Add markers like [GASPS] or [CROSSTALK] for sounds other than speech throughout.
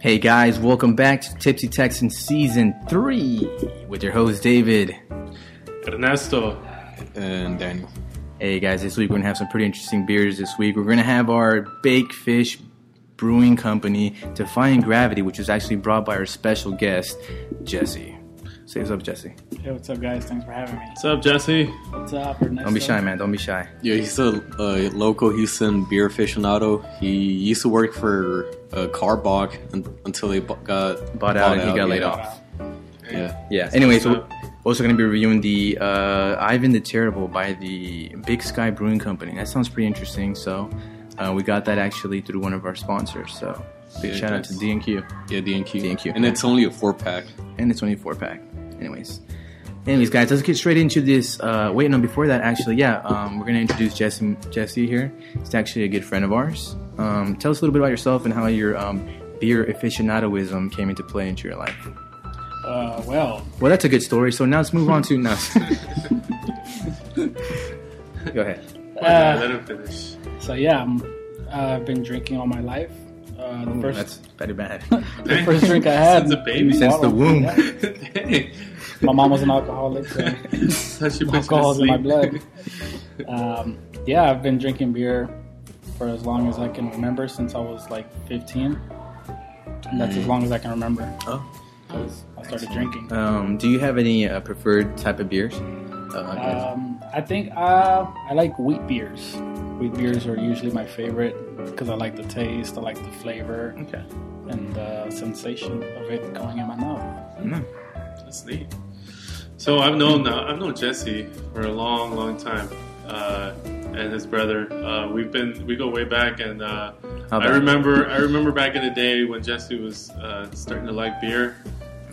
Hey guys, welcome back to Tipsy Texan Season 3 with your host David. Ernesto. and Daniel. Hey guys, this week we're gonna have some pretty interesting beers this week. We're gonna have our Bake Fish Brewing Company Defying Gravity, which is actually brought by our special guest, Jesse. Say what's up, Jesse. Hey, what's up, guys? Thanks for having me. What's up, [LAUGHS] Jesse? What's up? Don't be shy, man. Don't be shy. Yeah, he's a, a local Houston beer aficionado. He used to work for uh, Carbach un- until they bu- got Bought out and he got laid yeah. off. Yeah, Yeah. Anyway, so what's we're also going to be reviewing the uh, Ivan the Terrible by the Big Sky Brewing Company. That sounds pretty interesting. So uh, we got that actually through one of our sponsors. So big Yeah, shout out thanks. to D and Q, yeah, DNQ. D&Q. and it's only a four pack. and the 24 pack. Anyways. Anyways, guys, let's get straight into this. Uh, wait, no, before that, actually, yeah, um, we're gonna introduce Jesse. Jesse here. He's actually a good friend of ours. Um, tell us a little bit about yourself and how your um, beer aficionadoism came into play into your life. Uh, well, Well, that's a good story. So now let's move on to now. [LAUGHS] Go ahead. Yeah, uh, let him finish. so yeah, I'm, uh, I've been drinking all my life. Uh, the Ooh, first, that's pretty bad. the first drink I had Since a baby. Since the bottle. womb. Yeah. Dang. My mom was an alcoholic, so Such a alcohol's in my bitch blood. Um, yeah, I've been drinking beer for as long as I can remember, since I was like 15. And that's Mm. as long as I can remember. Oh. I was- I started drinking. Um, do you have any uh, preferred type of beers? Uh, Um, I think uh, I like wheat beers. Wheat beers are usually my favorite because I like the taste, I like the flavor, okay. and the sensation of it going in my mouth. Mm. That's neat. So I've known uh, I've known Jesse for a long, long time, uh, and his brother. Uh, we've been we go way back, and uh, How I about- remember I remember back in the day when Jesse was uh, starting to like beer.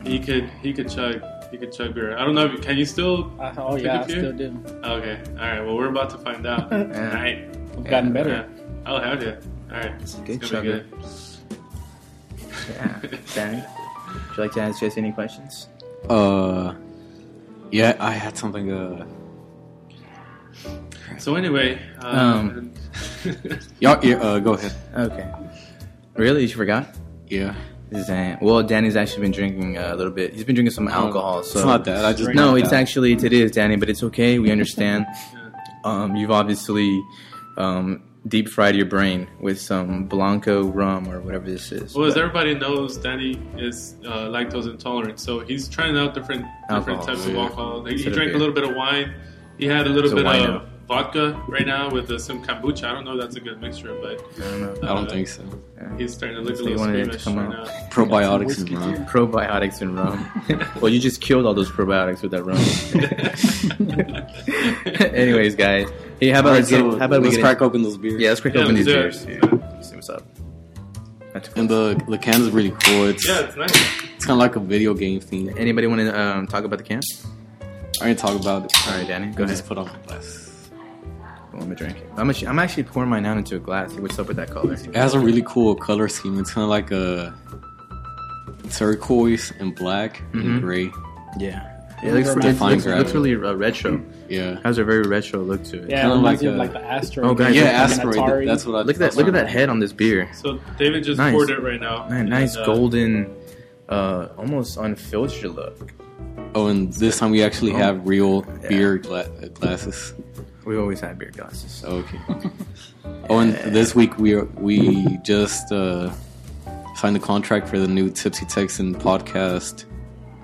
He could he could chug he could chug beer. I don't know. If, can you still? Uh, oh Take a yeah, I few? still do. Okay. All right. Well, we're about to find out [LAUGHS] tonight. I've gotten better. Yeah. Oh, hell yeah. All right. good it's gonna be good. Yeah. [LAUGHS] Danny, would you like to ask Jesse any questions? Uh, yeah, I had something. Uh, So anyway, um, [LAUGHS] Um. yeah, yeah uh, go ahead. Okay. Really? You forgot? Yeah, Zan. Well, Danny's actually been drinking uh, a little bit. He's been drinking some alcohol. So Oh, it's not that. I just no, not it's that. actually it is Danny, but it's okay. We understand. um, you've obviously um, deep fried your brain with some blanco rum or whatever this is. well, as everybody knows, Danny is uh, lactose intolerant, so he's trying out different different Alcohol, types of yeah. alcohol. He, he Instead of drank a beer. little bit of wine. He had a little So bit wine of now. vodka right now with uh, some kombucha. I don't know if that's a good mixture, but I don't know. I don't think so. he's starting to look a They little wanted it to squeamish come right out. now. Probiotics Whiskey and rum. too. Probiotics and rum. [LAUGHS] well, you just killed all those probiotics with that rum. [LAUGHS] Anyways, guys. Hey, how about, Alright, let's get, so how about we let's get crack open those beers. Yeah, let's crack Yeah, open these let's beers. do it. dude. See what's up. Not too and close. the the can is really cool. It's Yeah, it's nice. it's kind of like a video game theme. Anybody want to um, talk about the can? I didn't talk about it. All right, Danny, go I ahead. just put on my glass. Let me drink it. I'm, actually- I'm actually pouring mine out into a glass. See what's up with that color. It has a really cool color scheme. It's kind of like a turquoise and black Mhm. and gray. Yeah. It looks, it Define looks, gravity. looks really uh, retro. Yeah. has a very retro look to it. Yeah, Kinda it reminds like me of a- like the asteroid. Oh, guys, Yeah, Like an asteroid. That's what I Look at that! Look at that head on this beer. So David just Nice. poured it right now. Man, nice And, uh, golden, uh, almost unfiltered look. Oh, and this time we actually Oh. have real Yeah. beer gla- uh, glasses. We always had beer glasses. So. [LAUGHS] Okay. Oh, and this week we are, we just uh, signed the contract for the new Tipsy Texan podcast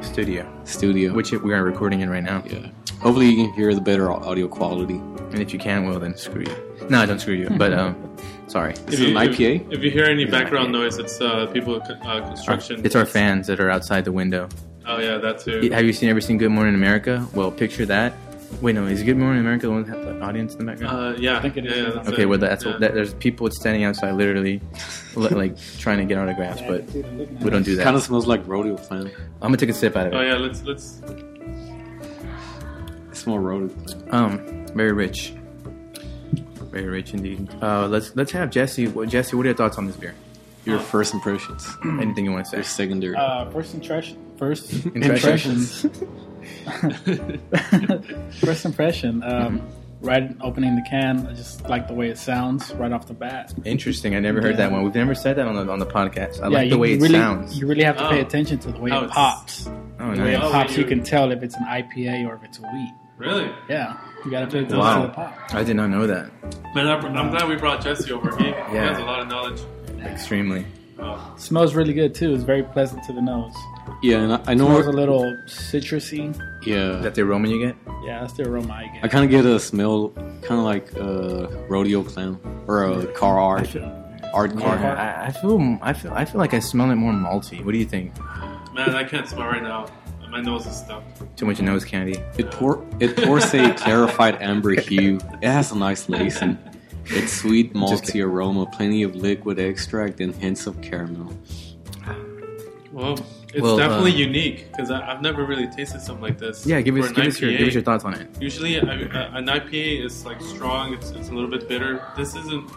Studio, studio. which we are recording in right now. yeah. Hopefully you can hear the better au- audio quality. And if you can't, well, then screw you. No, don't screw you. But um, [LAUGHS] sorry, Is it an IPA? If, you hear any It's an background IPA. noise, it's uh, people con- uh, construction. it's our fans that are outside the window. Oh yeah, that too. Have you seen ever seen Good Morning America? Well, picture that. Wait, no, is Good Morning America the one that had the audience in the background? Uh, yeah, I think it is. Yeah, yeah, that's okay, it. well, that's yeah. that, there's people standing outside, literally, li- [LAUGHS] like trying to get autographs, Yeah, I but can see them looking at we don't me. do that. Kind of smells like rodeo plan. I'm gonna take a sip out of it. Oh yeah, let's let's. It smells rodeo plan. Um, very rich, very rich indeed. Uh, let's let's have Jesse. Well, Jesse, what are your thoughts on this beer? [CLEARS THROAT] Your first impressions. Anything you want to Your say? secondary. Uh, [LAUGHS] first impression. First [LAUGHS] Impressions. [LAUGHS] impressions. first impression. Um, Mm-hmm. right opening the can. I just like the way it sounds right off the bat. Interesting. I never heard Yeah. that one. We've never said that on the on the podcast. I yeah, like the you way it really, sounds. You really have to pay Oh. attention to the way Oh, it it's- pops. Oh, The way it Oh, nice. pops, you you- can tell if it's an IPA or if it's a wheat. Really? Yeah, you got to pay attention Wow. to the pop. I did not know that. Man, I, I'm glad we brought Jesse over. He, he Yeah. has a lot of knowledge. Extremely. Uh, smells really good too. It's very pleasant to the nose. [LAUGHS] Yeah, and I, I smells a know. little citrusy. Is Yeah, that the aroma you get? Yeah, that's the aroma I get. I kind of get a smell, kind of like a rodeo clown or a car art, art car. Yeah, I, I feel I feel I feel like I smell it more malty. What do you think? man, I can't smell right now. My nose is stuffed. Too much nose candy. It pour, it pours a clarified amber hue. It has a nice lacing. It's sweet, malty aroma, plenty of liquid extract, and hints of caramel. Well, it's Well, definitely uh, unique because I've never really tasted something like this. Yeah, give For us an give us your IPA, give us your thoughts on it. Usually, I, uh, an IPA is like strong. It's, it's a little bit bitter. This isn't.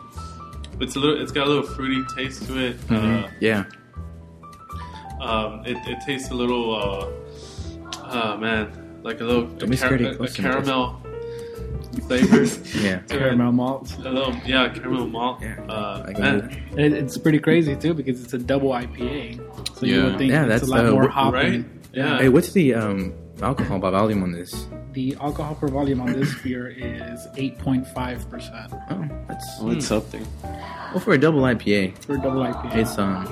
It's a little. It's got a little fruity taste to it. Mhm. yeah, Uh, um, it, it tastes a little. Uh, oh man, like a little. Don't be a car- scared, a- a close to me. caramel flavors. [LAUGHS] yeah. to it. Caramel malts. A little, yeah, caramel malt. Yeah, uh, I got man, It, it's pretty crazy too because it's a double IPA. So you Yeah. would think Yeah, it's that's, a lot uh, more what- hopping. right? Yeah. Hey, what's the um, alcohol by volume on this? The alcohol per volume on this beer is 8.5% Oh, that's What's up there? well Oh, for a double IPA. for a double IPA. It's It's um,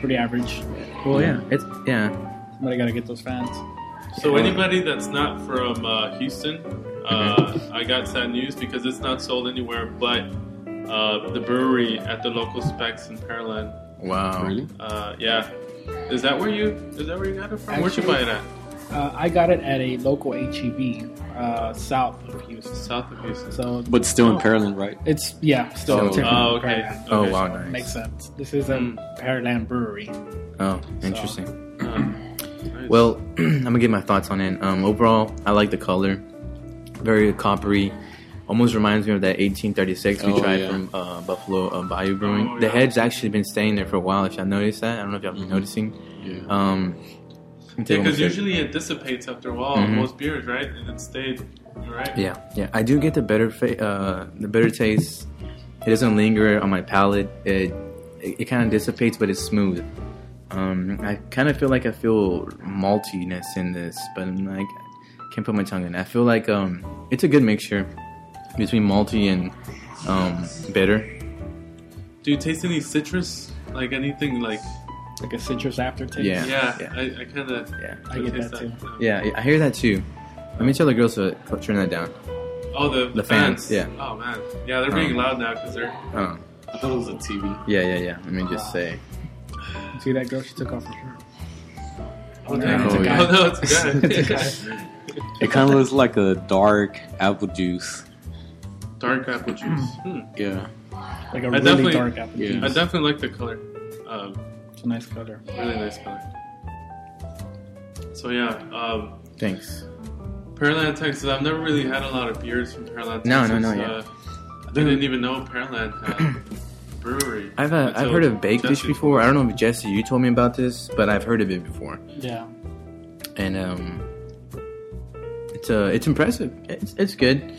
pretty average. well, yeah, it's yeah. Somebody got to get those fans. So anybody that's not from uh, Houston, uh, I got sad news because it's not sold anywhere but uh, the brewery at the local specs in Pearland. Wow, Really? Uh, yeah, is that where you is that where you got it from? Where'd you buy it at? Uh, I got it at a local HEB uh, south of Houston. South of Houston. So But still in Pearland, right? it's, yeah, still. Oh, technically oh, okay. Pearland. Oh Okay. wow, nice. Makes sense. This is a Mm. Pearland brewery. Oh, interesting. [CLEARS THROAT] Um, nice. Well, [CLEARS THROAT] I'm gonna give my thoughts on it. Um, overall, I like the color. Very coppery. Almost reminds me of that 1836 we Oh, tried yeah. from uh, Buffalo uh, Bayou Brewing. Oh, the yeah. head's actually been staying there for a while. If y'all noticed that, I don't know if y'all been noticing. Yeah. Um, yeah, because usually it dissipates after a while. Mhm. Most beers, right? And it stayed, right? Yeah, yeah. I do get the better, fa- uh, the better taste. It doesn't linger on my palate. It it, it kind of dissipates, but it's smooth. Um, I kind of feel like I feel maltiness in this, but I'm like can't put my tongue in. it. I feel like um, it's a good mixture between malty and um, bitter. Do you taste any citrus? Like anything? Like Like a citrus aftertaste. Yeah. yeah, yeah. I, I kind of Yeah, I get taste that too. yeah. I hear that too. Let me tell the girls to cl- turn that down. Oh, the, The fans, fans. yeah. Oh man, yeah, they're being Um, loud now because [LAUGHS] they're. Oh, I thought it was a TV. yeah, yeah, yeah. Let me just say. See that girl? She took off her shirt. [LAUGHS] Oh, no, it's a guy. no, [LAUGHS] it's a guy. It kind of looks like a dark apple juice. [LAUGHS] Dark apple juice. Mm. Hmm. Yeah. [LAUGHS] Like a really definitely- dark apple. yeah. Mm. juice. I definitely like the color. Um, It's a nice color. really nice color. So yeah, um, Thanks. Pearland, Texas. I've never really had a lot of beers from Pearland, No, Texas. no, no, Uh, I didn't even know Pearland had [CLEARS THROAT] a brewery. I've uh, I've until heard of baked dish Jesse- before. I don't know if Jesse you told me about this, but I've heard of it before. Yeah. and um, it's uh, it's impressive. It's, it's good.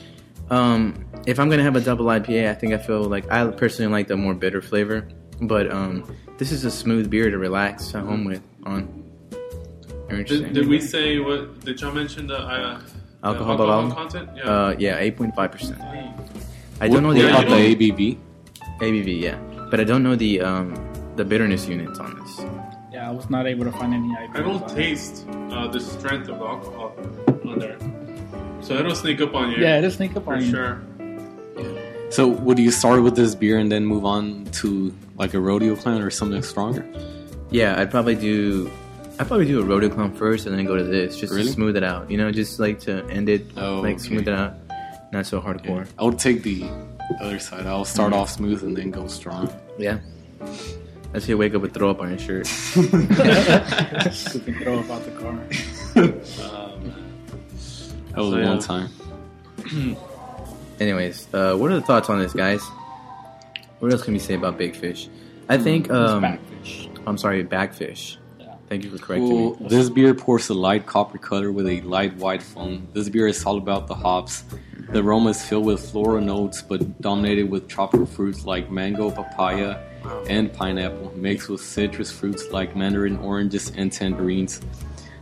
Um, if I'm gonna have a double IPA, I think I feel like I personally like the more bitter flavor, but um, this is a smooth beer to relax at home with on. Did, Interesting. did we say what? Did y'all mention the, uh, the Alcohol by alcohol volume? content? Yeah. Uh, yeah, eight point five percent. I What- don't know the what about alcohol. ABV, the ABV? ABV, yeah, but I don't know the um, the bitterness units on this. Yeah, I was not able to find any IPAs. I on don't it. taste uh, the strength of alcohol on there, so it'll sneak up on you. Yeah, it'll sneak up for on you. [LAUGHS] sure. So, would you start with this beer and then move on to like a rodeo clown or something stronger? Yeah, I'd probably do. I'd probably do a Rhodoclone first and then go to this just Really? to smooth it out. You know, just like to end it, Oh, like okay. smooth it out. Not so hardcore. I would take the other side. I'll start off smooth and then go strong. Yeah. That's how you wake up with throw up on your shirt. [LAUGHS] You can throw up out the car. Um, That was So, one yeah. time. Anyways, uh, what are the thoughts on this, guys? What else can we say about big fish? I Hmm, think. Um, It's backfish. I'm sorry, backfish. Yeah. Thank you for correcting Well, me. this beer pours a light copper color with a light white foam. This beer is all about the hops. The aroma is filled with floral notes but dominated with tropical fruits like mango, papaya, and pineapple, mixed with citrus fruits like mandarin oranges and tangerines.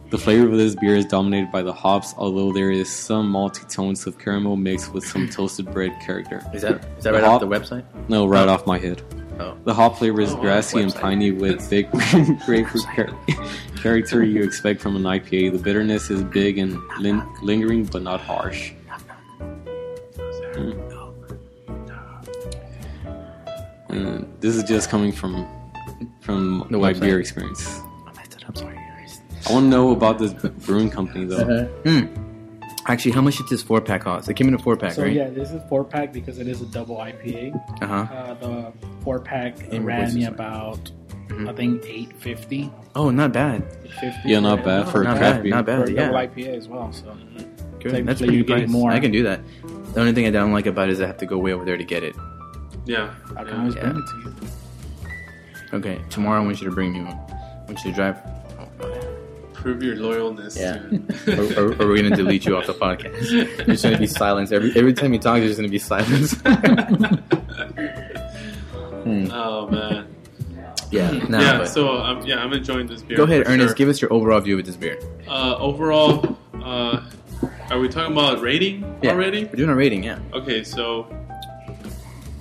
The flavor of this beer is dominated by the hops, although there is some malty tones of caramel mixed with some toasted bread character. Is that is that right off the website? No, right off my head. Oh. The hop flavor is Oh, grassy and website. piney with thick [LAUGHS] grapefruit char- [LAUGHS] character you expect from an IPA. The bitterness is big and lin- lingering, but not harsh. Hmm. Uh, this is just coming from from The my website. beer experience. I messed it up. Sorry, guys. I want to know about this brewing [LAUGHS] company though. uh-huh. Actually, how much did this four pack cost? It came in a four pack, So right? yeah, this is four pack because it is a double IPA. Uh huh. Uh, the four pack In ran replaces me it. about Mm-hmm. I think 850. Oh, not bad. 850 Yeah, not it. bad for a Not craft bad. beer. Not for bad. a Yeah. double IPA as well. So Good. Like, That's so pretty you good get price. more. I can do that. The only thing I don't like about it is I have to go way over there to get it. Yeah. I can yeah. always bring it to you. Okay, tomorrow I want you to bring me one. I want you to drive. Prove your loyalness. Yeah. Or, to- or, or we're gonna delete you off the podcast. [LAUGHS] You're just gonna be silence every every time you talk. You're just gonna be silence. [LAUGHS] Hmm. oh man. [LAUGHS] yeah. No, yeah. but- So um, yeah, I'm enjoying this beer. go ahead, for Ernest. sure. Give us your overall view of this beer. uh, overall, uh, are we talking about rating Yeah. already? We're doing a rating. Yeah. Okay, so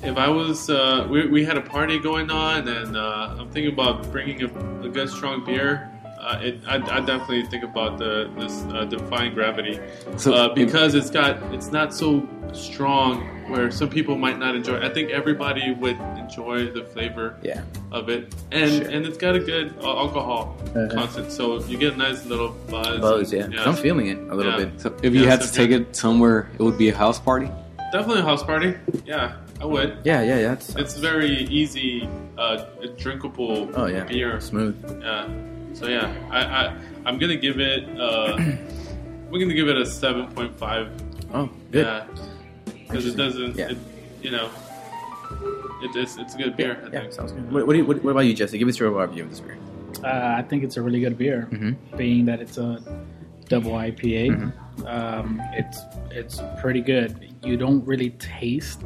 if I was, uh, we, we had a party going on, and uh, I'm thinking about bringing a, a good strong beer. Uh, it, I, I definitely think about the this uh, defying gravity So uh, because it's got it's not so strong where some people might not enjoy. I think everybody would enjoy the flavor Yeah. of it, and Sure. and it's got a good uh, alcohol Uh-huh. content, so you get a nice little buzz. Buzz. Yeah. yeah. I'm feeling it a little Yeah. bit. so if you Yeah, had so to take it somewhere, it would be a house party. definitely a house party. Yeah, I would. Yeah. Yeah. Yeah. That's, It's very easy, uh, drinkable oh yeah. beer. Smooth. Yeah. So yeah, I, I I'm gonna give it. [CLEARS THROAT] Uh, we're gonna give it a seven point five. Oh, good. Yeah. Because it doesn't. Yeah. It, you know. It, it's it's a good beer. I Yeah, think. sounds good. What, what, do you, what, what about you, Jesse? Give us your overall view of this beer. Uh, I think it's a really good beer, Mhm. being that it's a double IPA. Um, it's it's pretty good. You don't really taste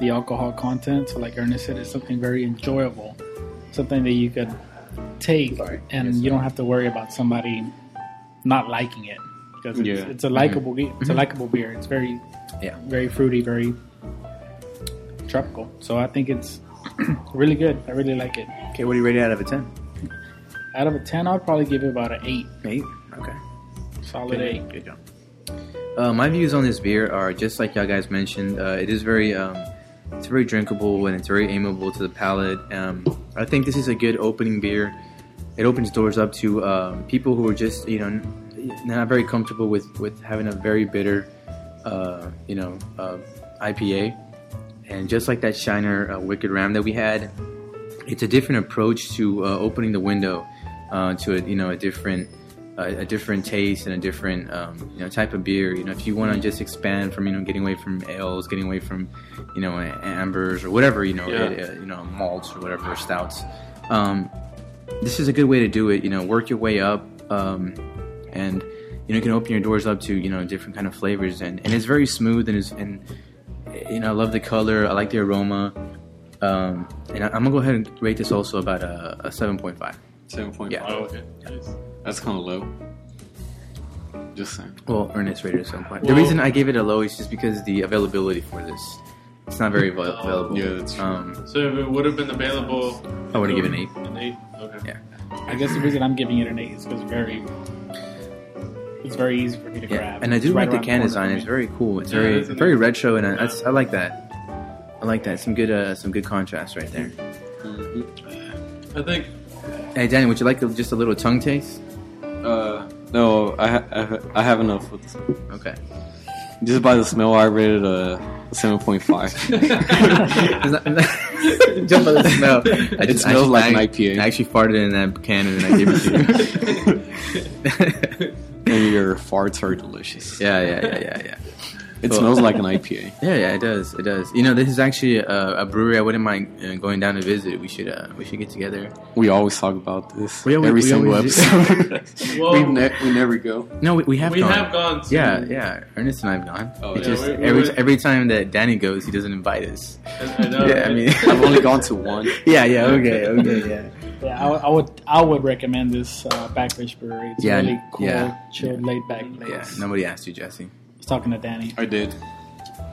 the alcohol content, so like Ernest said, it's something very enjoyable, something that you could take, Sorry. and Yes. you don't have to worry about somebody not liking it because it's, Yeah. it's a likable ge- it's a likable beer. It's very Yeah. very fruity, very tropical. So I think it's [CLEARS THROAT] really good. I really like it. Okay, what do you rate it out of a 10? Out of a ten, I'd probably give it about an eight. 8? Okay. Solid eight. Good job. Uh, my views on this beer are just like y'all guys mentioned. Uh, it is very, um, it's very drinkable and it's very aimable to the palate. Um, I think this is a good opening beer. It opens doors up to um, people who are just you know n- not very comfortable with with having a very bitter, uh, you know, uh, IPA. And just like that Shiner uh, Wicked Ram that we had, it's a different approach to uh, opening the window uh, to a you know a different uh, a, a different taste and a different um, you know type of beer. You know, if you want to just expand from you know getting away from ales, getting away from you know a- ambers or whatever you know Yeah. it, uh, you know malts or whatever or stouts. Um, this is a good way to do it. You know, work your way up, um, and you know you can open your doors up to you know different kind of flavors, and, and it's very smooth and is and you know I love the color. I like the aroma. Um, and I, I'm gonna go ahead and rate this also about a, a 7.5. Seven point Yeah. Oh, okay. Nice. That's kind of low. Just saying. Well, Ernest rated it 7.5. The Well- reason I gave it a low is just because the availability for this. It's not very avail- Oh, available. yeah, that's true. Um, So if it would have been available, I would've given eight. An eight. Okay. Yeah. I guess the reason I'm giving it an eight is because very, it's very easy for me to yeah. grab. And I do It's right like the around can design. corner for It's me. very cool. It's Yeah, very isn't very it? retro, and I, Yeah. that's- I like that. I like that. Some good uh, some good contrast right there. Mm-hmm. I think. Hey, Danny, would you like a, just a little tongue taste? Uh, no, I, ha- I, ha- I have enough with this. Okay. [LAUGHS] Just by the smell, I rated a [LAUGHS] 7.5. It's not- Jump on the smell. I It just- smells actually- like an I- IPA. I actually farted in that can and then I gave it to you. yeah, [LAUGHS] and your farts are delicious. yeah, yeah, yeah, yeah. It smells like an IPA. Yeah, yeah, it does. It does. You know, this is actually a, a brewery I wouldn't mind uh, going down to visit. We should uh, we should get together. We always talk about this We always- every we single always do. [LAUGHS] episode. Well, we, ne- we never go. No, we, we [LAUGHS] have we gone. have gone. To, yeah, yeah. Ernest and I have gone. Oh, It yeah. just Yeah, we- we every went- every time that Danny goes, he doesn't invite us. I, I know. yeah, I mean, I've only gone to one. yeah, yeah. [LAUGHS] Okay, okay, yeah. Yeah, I, would- I would I would recommend this uh, Backfish Brewery. It's Yeah, a really cool, yeah, chill, laid back place. Yeah, nobody asked you, Jesse. I was talking to Danny. I did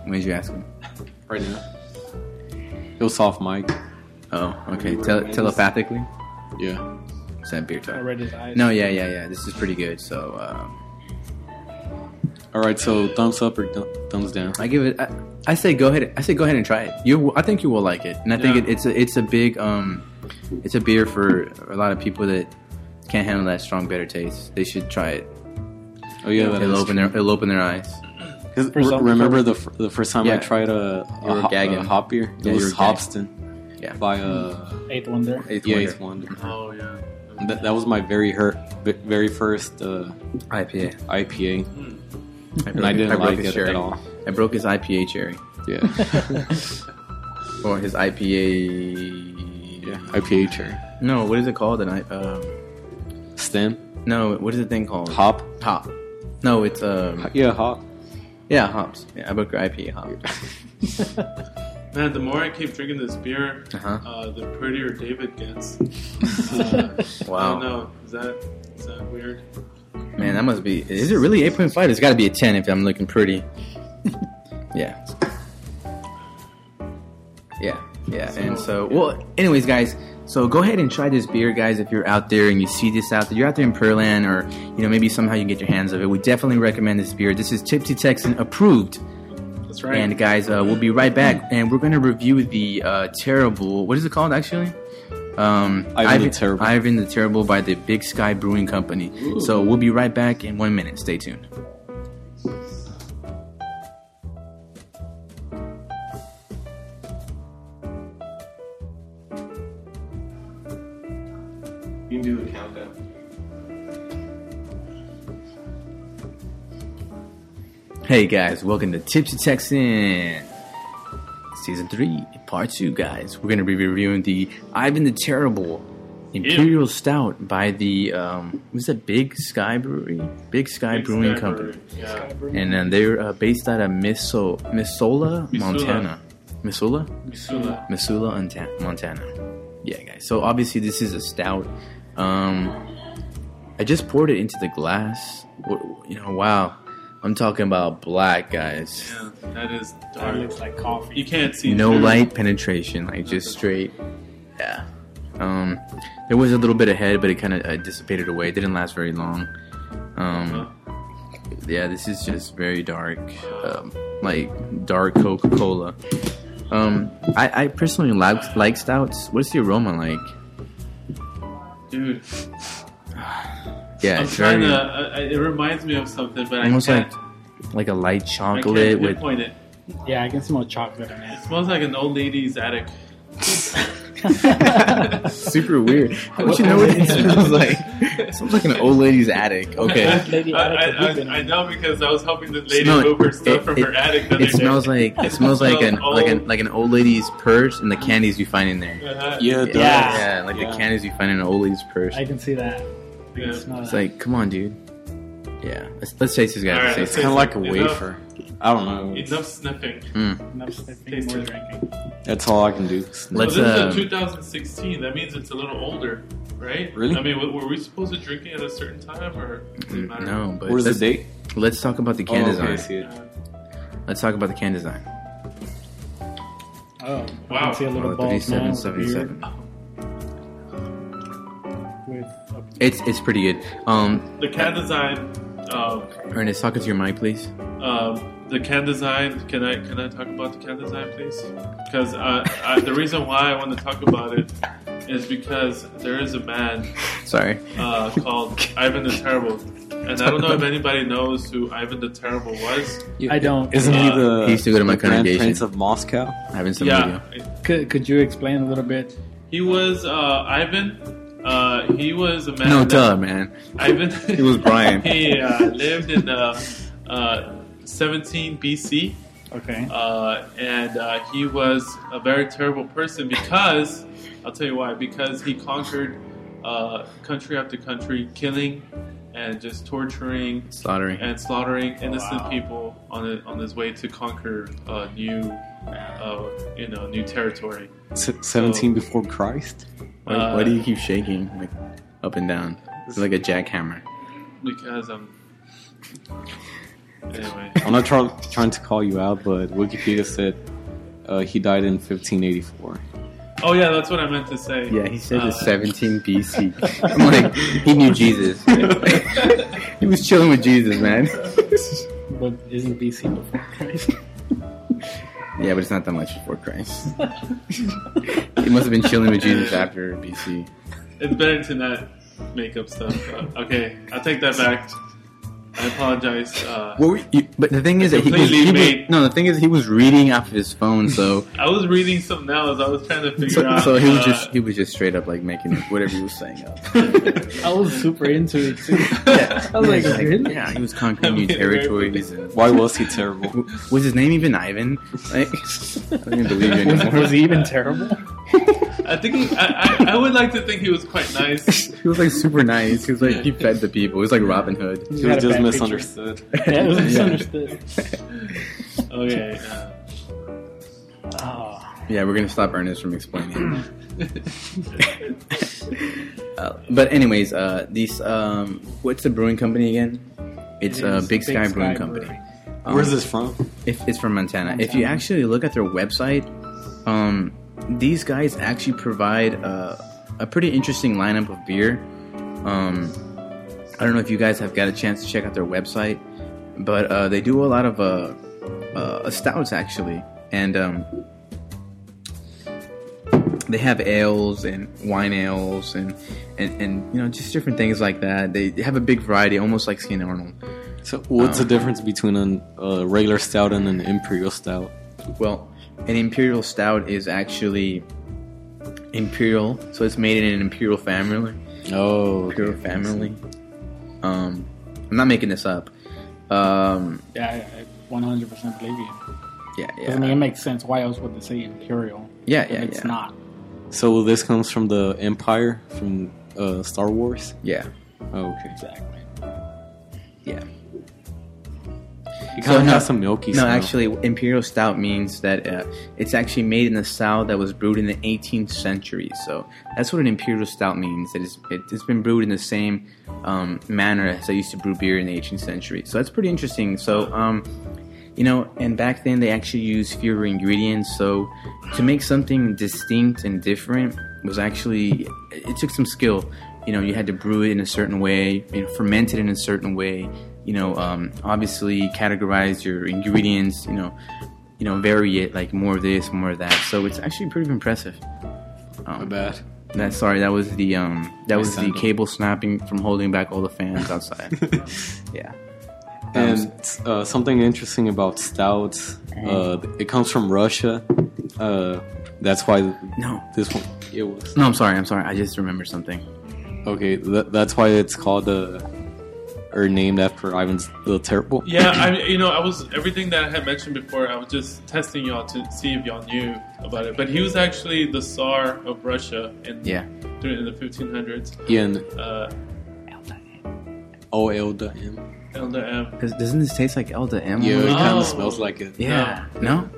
When did you ask him? right now. It was off mic. Oh, okay. We Tele- were- telepathically, Yeah. is that beer I talk? read his eyes. No, yeah, yeah, yeah. This is pretty good. So um, All right. So thumbs up or thu- thumbs down. I give it. I, I say go ahead. I say go ahead and try it. You, I think you will like it, and I think Yeah. it, it's a it's a big um, it's a beer for a lot of people that can't handle that strong bitter taste. They should try it. Oh yeah. that It'll is open their it'll open their eyes. 'Cause For some- re- remember the fir- the first time I Yeah. tried a, You were a, ho- gagging. a hop beer? It Yeah, you was were gagging. Hobston. Yeah. Mm-hmm. By uh, Eighth Wonder. Eighth yeah, Wonder. Eighth Wonder. [LAUGHS] Oh yeah. That, that was my very her, ve- very first uh, IPA. IPA, and broke- I didn't broke like his it cherry. at [LAUGHS] all. I broke his IPA cherry Yeah, or Oh, his IPA. yeah, IPA cherry. No, what is it called? An I, um, Stem no, what is the thing called? hop. Hop. No, it's um, Yeah, hop. yeah, hops. Yeah, I broke your IPA [LAUGHS] hop. Man, the more I keep drinking this beer, Uh-huh. uh, the prettier David gets. I Wow, [LAUGHS] don't know. Is that is that weird? man, that must be. Is it really eight point five? It's got to be a ten if I'm looking pretty. [LAUGHS] yeah. Yeah, yeah, and so well. Anyways, guys, so go ahead and try this beer, guys. If you're out there and you see this out there, you're out there in Pearland, or you know maybe somehow you can get your hands of it. We definitely recommend this beer. This is Tipsy Texan approved. [LAUGHS] That's right. And guys, uh, we'll be right back, and we're gonna review the uh, terrible. What is it called actually? Um, Ivan the Terrible. Ivan the Terrible by the Big Sky Brewing Company. So we'll be right back in one minute. Stay tuned. You can do the countdown. Hey guys, welcome to Tipsy Texan Season 3, Part 2, guys. We're going to be reviewing the Ivan the Terrible Imperial Stout by the, um, what's that, Big Sky Brewery? Big Sky Big Brewing Sky Company. Brewery, Yeah. And then they're uh, based out of Miso- Missoula, Missoula. Montana. Missoula? Missoula. Missoula, Unta- Montana. Yeah, guys. So obviously this is a stout. Um, I just poured it into the glass. Wh- You know, wow. I'm talking about black, guys. Yeah, mm. that is That dark. looks like You coffee. can't see. No through. light penetration, like just straight. Yeah. Um, there was a little bit of head, but it kind of uh, dissipated away. It didn't last very long. Um, yeah, this is just very dark, um, like dark Coca Cola. Um, I, I personally like like stouts. What's the aroma like? dude. Yeah, I'm it's trying very- to. I, I- it reminds me of something, but almost I can't. like like a light I chocolate can't with. pinpoint it. Yeah, I can smell chocolate [LAUGHS] in It smells like an old lady's attic. it. Super [LAUGHS] weird. How would you know [LAUGHS] what it smells like? It smells like an old lady's attic. [LAUGHS] Okay. Lady I, attic I, could be I, I know because I was helping the lady Smell it. move her stuff It- from it- her attic the other It smells day. like it smells like an Smells like an old. like an old lady's purse and the candies you find in there. Uh-huh. Yeah, it does. Yeah. yeah, like Yeah. the candies you find in an old lady's purse. [LAUGHS] I can see that. I Yeah. can smell It's that. like, come on, dude. Yeah, let's, let's taste this guy. All right, Let's let's taste Kind of like a Enough. wafer. I don't know. Enough sniffing. Enough sniffing, Taste more it. drinking. That's all I can do. Let's, so this um, is a 2016. That means it's a little older, right? Really? I mean, w- were we supposed to drink it at a certain time, or does it Mm, matter? No, but What is the let's, date? let's talk about the can oh, okay, I design. see it. Uh, Let's talk about the can design. Oh, I Wow. can see a little Oh, bald man 37, with a beard 77. with a It's it's pretty good. Um, the can design. Um, Ernest, talk into your mic, please. um, the can design. Can I can I talk about the can design, please? Because uh, I, the reason why I want to talk about it is because there is a man Sorry. uh, called Ivan the Terrible, and I don't know if anybody knows who Ivan the Terrible was. I don't. Isn't he Uh, the, He used to go to my the Grand congregation. Prince of Moscow? Having some Yeah, Could, could you explain a little bit? he was uh, Ivan. Uh, he was a man. No, that- duh, man. Ivan. [LAUGHS] It was Brian. he uh, lived in the uh, 17 BC. Okay. Uh, and uh, he was a very terrible person because I'll tell you why. Because he conquered uh, country after country, killing and just torturing slaughtering. and slaughtering innocent Wow. people on a, on his way to conquer uh, new uh, you know new territory. Se- 17 before Christ? Why, Uh, why do you keep shaking like up and down? It's like a jackhammer. Because um. Anyway, I'm not try- trying to call you out, but Wikipedia said uh, he died in 1584. oh yeah, that's what I meant to say. Yeah, he said it's Uh, 17 [LAUGHS] BC. I'm like, he knew Jesus. [LAUGHS] he was chilling with Jesus, man. But isn't BC before Christ? Yeah, but it's not that much before Christ. he must have been chilling with Jesus after BC. [LAUGHS] It's better to not make up stuff. Uh, okay, I'll take that back. I apologize. Uh, What were you, but the thing is that he, was, Completely he was- made. no. The thing is, he was reading off his phone, so I was reading something else. I was trying to [LAUGHS] figure so, out. so he was uh, just he was just straight up like making whatever he was saying up. [LAUGHS] I was super into it too. Yeah. I was like, Yeah, Oh, really? yeah, he was conquering new I mean, very- territories. And, Why was [LAUGHS] he terrible? was his name even Ivan? Like, [LAUGHS] I don't even believe you Was, anymore. was he even terrible? I think he, [LAUGHS] I, I, I would like to think he was quite nice. [LAUGHS] he was like super nice. He was like he fed the people. He was like Robin Hood. He had was a just bad [LAUGHS] misunderstood. picture. [LAUGHS] Yeah, it was Yeah. misunderstood. Okay. Uh, Oh, Yeah, we're gonna stop Ernest from explaining. uh, but anyways, uh, these um, what's the brewing company again? It's it uh, is Big, Sky Brewing Company. Brewery. Um, Where's this from? If it's from Montana. If you Montana. actually look at their website, um, these guys actually provide uh, a pretty interesting lineup of beer. Um, I don't know if you guys have got a chance to check out their website, but uh, they do a lot of uh, uh, stouts actually, and um, they have ales and wine ales and, and and you know just different things like that. They have a big variety, almost like St. Arnold. So, what's the difference between a uh, regular stout and an imperial stout? Well, an imperial stout is actually imperial, so it's made in an imperial family. Oh, Imperial family. Um, I'm not making this up. Um, yeah, I- I 100% believe you. 'Cause, yeah, I mean, yeah, it makes sense. Why else would they say imperial? yeah, if yeah, it's yeah. not. So this comes from the Empire from uh, Star Wars. yeah, Oh, okay. Exactly. yeah. It So kind of no- has some milky. No, smell. actually, imperial stout means that uh, it's actually made in the South that was brewed in the 18th century. So that's what an imperial stout means. That it's, it, it's been brewed in the same um, manner as I used to brew beer in the 18th century. So that's pretty interesting. So, um, you know, and back then they actually used fewer ingredients. So to make something distinct and different was actually it took some skill. You know, you had to brew it in a certain way, you know, ferment it in a certain way. You know, um, obviously categorize your ingredients. You know, you know, vary it like more of this, more of that. So it's actually pretty impressive. Um, my bad. [LAUGHS] That sorry, that was the um, that was the sound off. cable snapping from holding back all the fans outside. [LAUGHS] yeah. And uh, something interesting about stouts, uh, it comes from Russia. Uh, that's why No. this one it was No, I'm sorry. I'm sorry. I just remembered something. okay. Th- that's why it's called uh, or named after Ivan's the Terrible. yeah, I you know I was everything that I had mentioned before. I was just testing y'all to see if y'all knew about it. But he was actually the Tsar of Russia in Yeah. during in the 1500s. Yeah, and Uh, O L D M. Elder M. Does- Doesn't this taste like Elda M? Yeah, it already? kind Oh. of smells like it. Yeah. No.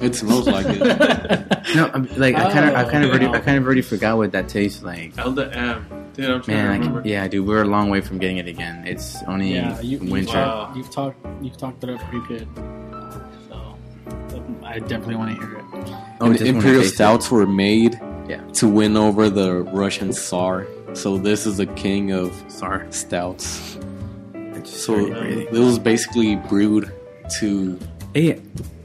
It smells like [LAUGHS] [LAUGHS] it. No. I'm, like I kind of, I Oh, kind of already, wow. I kind of already forgot what that tastes like. Elder M. Dude, Man, I'm trying to I remember. can, yeah, dude, we're a long way from getting it again. It's only Yeah, you, you've, winter. Wow. talked- you've talked you've talked it up pretty good. So um, I definitely want to hear it. Oh, And just wanna imperial taste it. stouts were made Yeah. to win over the Russian Tsar. So this is the king of Sorry. stouts. I just So started it breathing. was basically brewed to Hey,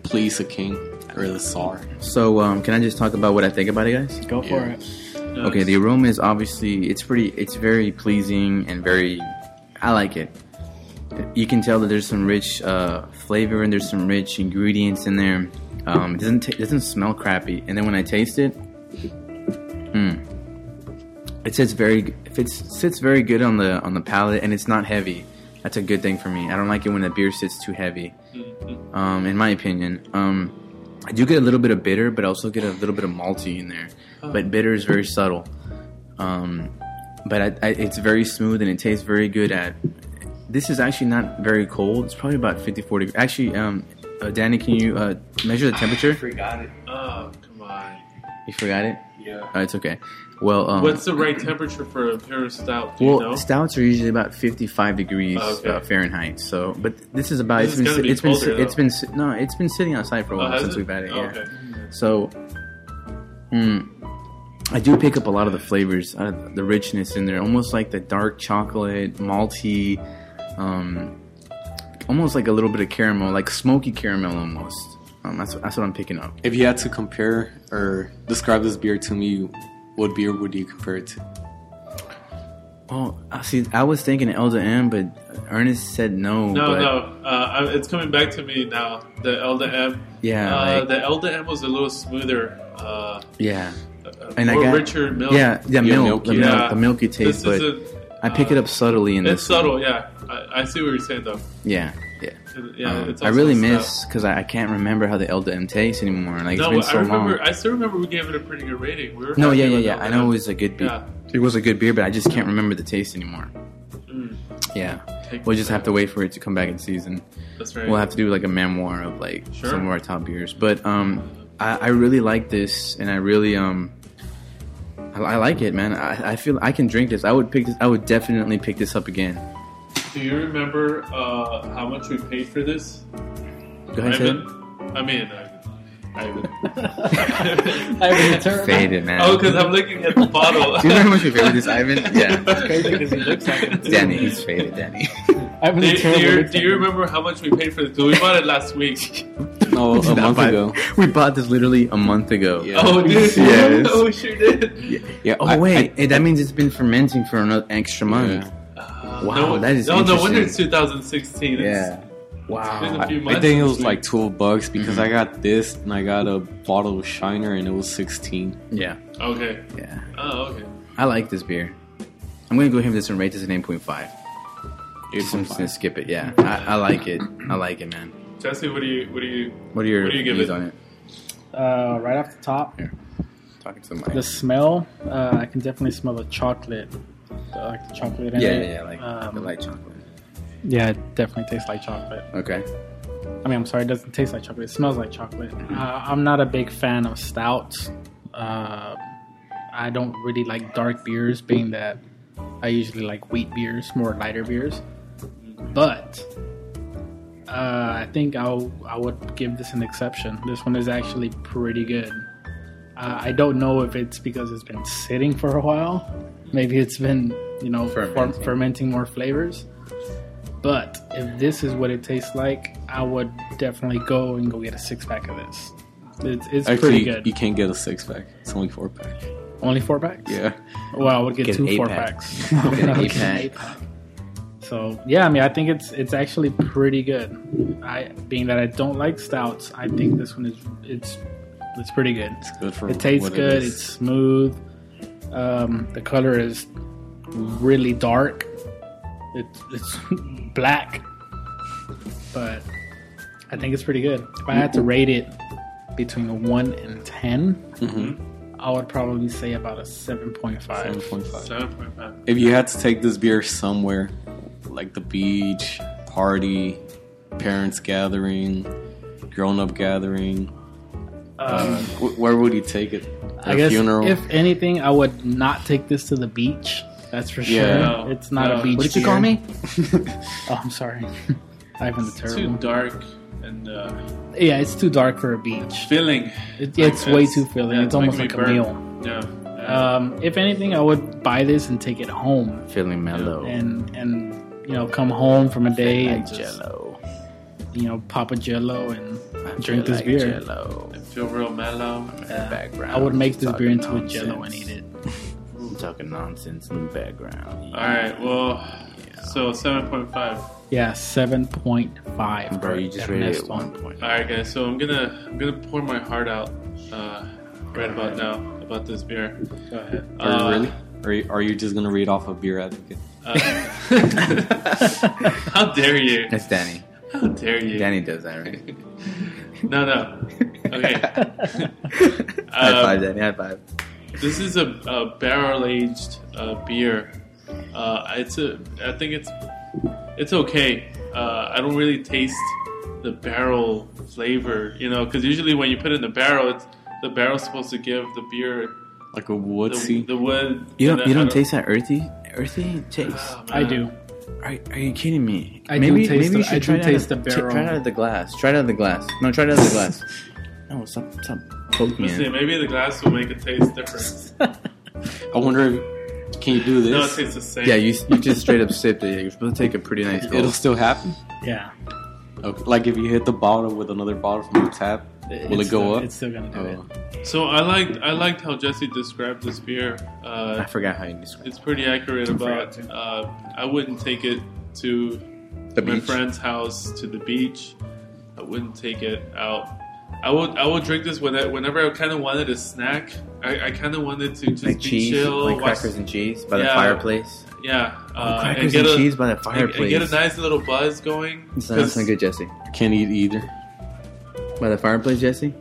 please the king or the Tsar. so um, can I just talk about what I think about it, guys? Go for Yeah. it. [LAUGHS] Yeah. Okay, the aroma is obviously it's pretty it's very pleasing and very I like it. You can tell that there's some rich uh, flavor and there's some rich ingredients in there. Um, it doesn't ta- doesn't smell crappy, and then when I taste it, mm, it sits very g- it fits, sits very good on the on the palate, and it's not heavy. That's a good thing for me. I don't like it when the beer sits too heavy. um, in my opinion. Um, I do get a little bit of bitter, but I also get a little bit of malty in there. Oh. But bitter is very subtle. Um, but I, I, it's very smooth and it tastes very good at. This is actually not very cold. It's probably about 54 degrees. Actually, um, uh, Danny, can you uh, measure Ah, the temperature? forgot it. Oh, come on. You forgot it? Yeah. Oh, it's okay. Well, um, What's the right temperature for a Paris stout? Do you well, know? stouts are usually about 55 degrees Oh, okay. uh, Fahrenheit. So, but this is about it's This has been gotta si- be it's been colder, si- it's been si- no it's been sitting outside for a Oh, while has since it? we've had it. Oh, yeah. okay. So, mm, I do pick up a lot of the flavors, uh, the richness in there, almost like the dark chocolate, malty, um, almost like a little bit of caramel, like smoky caramel almost. Um, that's that's what I'm picking up. If you had to compare or describe this beer to me, what beer would you compare [LAUGHS] it to? Oh, I see, I was thinking Elder M, but Ernest said no. No, but no. Uh, I- it's coming back to me now. The LDM. Yeah, Uh, like- the LDM was a little smoother. Uh, yeah, and And I more got- richer milk. yeah, yeah, milk, the milky. milk, Yeah. the milky taste, This but is a, uh, I pick it up subtly in It's this. one. subtle, yeah. I, I see what you're saying, though. Yeah, yeah. Yeah, Um, it's I also really stout. miss because I, I can't remember how the LDM tastes anymore. Like No, it's been so I remember. long. I still remember we gave it a pretty good rating. We were No, happy yeah, yeah, with yeah. it. I know it was a good beer. Yeah. It was a good beer, but I just can't remember the taste anymore. Mm. Yeah, Take we'll just that. have to wait for it to come back in season. That's right. We'll have to do like a memoir of like Sure. some of our top beers. But um, I, I really like this, and I really um, I, I like it, man. I, I feel I can drink this. I would pick this. I would definitely pick this up again. do you remember uh, how much we paid for this? Go ahead, Ted. I mean, uh, Ivan. Ivan. I have a terrible- Fade it, [LAUGHS] man. oh, because I'm looking at the bottle. [LAUGHS] Do you know how much we paid with this, [LAUGHS] Ivan? Yeah. It's crazy 'cause he looks like it, too. Danny, he's faded, Danny. I have a Do, do, terrible you, lip do you syndrome. remember how much we paid for this? We bought it last week. [LAUGHS] No, [LAUGHS] a month ago. We bought this literally a month ago. Yeah. Oh, dude. Yes. [LAUGHS] Oh, we sure did. Yeah. Oh I- wait, eh, that means it's been fermenting for an extra I- month. yeah. Uh, Wow, no, that is no, no wonder interesting. it's 2016. It's, Yeah. It's been Wow. a few I, months. I think it was since we- like twelve bucks because Mm-hmm. I got this and I got a bottle of Shiner and it was sixteen. Yeah. Okay. Yeah. Oh, okay. I like this beer. I'm gonna go ahead with this and rate this an 8.5. It's I'm a just gonna five. skip it. Yeah. I, I like it. I like it, man. Jesse, what do you what do you What are your What do you give views it? on it? Uh, right off the top, Talking to the the mic. smell. Uh, I can definitely smell the chocolate. I like the chocolate in Yeah, it. yeah, yeah. Like Um, the light chocolate. Yeah, it definitely tastes like chocolate. Okay. I mean, I'm sorry, it doesn't taste like chocolate. It smells like chocolate. Uh, I'm not a big fan of stouts. Uh, I don't really like dark beers, being that I usually like wheat beers, more lighter beers. But uh, I think I'll I would give this an exception. This one is actually pretty good. Uh, I don't know if it's because it's been sitting for a while. Maybe it's been you know fer- Fermenting. fermenting more flavors. But if this is what it tastes like, I would definitely go and go get a six pack of this. It's, it's Actually, pretty good. you can't get a six pack. It's only four pack. Only four packs? Yeah. Well, I would get, Get an two eight four pack. packs. [LAUGHS] Get an [LAUGHS] Okay, eight pack. pack. So yeah, I mean, I think it's it's actually pretty good. I being that I don't like stouts, I think this one is it's it's pretty good. It's good for It tastes what good. is. it's smooth. Um, the color is really dark. It, it's [LAUGHS] black, but I think it's pretty good. If I had to rate it between a one and 10 I would probably say about a seven point Mm-hmm. Seven five. point five. seven point five? If you had to take this beer somewhere, like the beach, party, parents gathering, grown up gathering, Um, wh- where would you take it? I A guess funeral. [LAUGHS] if anything, I would not take this to the beach. That's for sure. Yeah. No, it's not no. a beach. What did you call beer. me? Oh, I'm sorry. [LAUGHS] Ivan the It's too Terrible. dark and uh, yeah, it's yeah, it's too dark for a beach. filling. It, it's way too filling. yeah, it's almost like making a me meal. burp. Yeah. yeah. Um, if anything, I would buy this and take it home Feeling mellow. and and you know come home from a day like and just, Jello. you know pop a Jello and I drink feel this like beer. Jello. I feel real mellow. Yeah. Background. I would make this beer Talking into a Jello and nonsense. eat it. [LAUGHS] talking nonsense in the background. All right. Well, [LAUGHS] so seven point five. Yeah, seven point five. Bro, you just rated it one point. All right, guys. So I'm gonna I'm gonna pour my heart out uh, right about now about this beer. Go ahead. Are Uh, you really? Are you, are you just gonna read off a beer advocate? uh, [LAUGHS] how dare you? [LAUGHS] That's Danny. How dare you? Danny does that, right? No, no. [LAUGHS] Okay. [LAUGHS] Um, high five, Danny. High five. This is a, a barrel aged uh, beer. Uh, it's a. I think it's it's okay. Uh, I don't really taste the barrel flavor, you know, because usually when you put it in the barrel, it's the barrel's supposed to give the beer Like a the, woodsy. the wood. You and don't. You I don't taste that earthy, earthy taste. Oh, I man. do. [GASPS] Are, are you kidding me? I do taste the- I do try it out taste of- the t- barrel. Try it out of the glass. Try it out of the glass. No, try it out of the [LAUGHS] glass. No, stop, stop. Poke me. Let's see, in. maybe the glass will make it taste different. I wonder if can you do No, it this? tastes the same. Yeah, you, you just straight up sipped it. You're supposed to take a pretty nice It'll gulp. still happen. Yeah. Okay. Like if you hit the bottle with another bottle from the tap, will It's it go still- up? It's still gonna do it. Oh. So I liked I liked how Jesse described this beer. Uh, I forgot how you describe it's pretty accurate about. forgot Uh, I wouldn't take it to it. the my beach. friend's house to the beach. I wouldn't take it out. I would I would drink this when I, whenever I kind of wanted a snack. I, I kind of wanted to just like be cheese, chill, like watch- crackers and cheese by the Yeah. fireplace. yeah, uh, and crackers get and a cheese by the and, and fireplace. get a nice little buzz going. That sounds not good, Jesse. Can't eat either. By the fireplace, Jesse.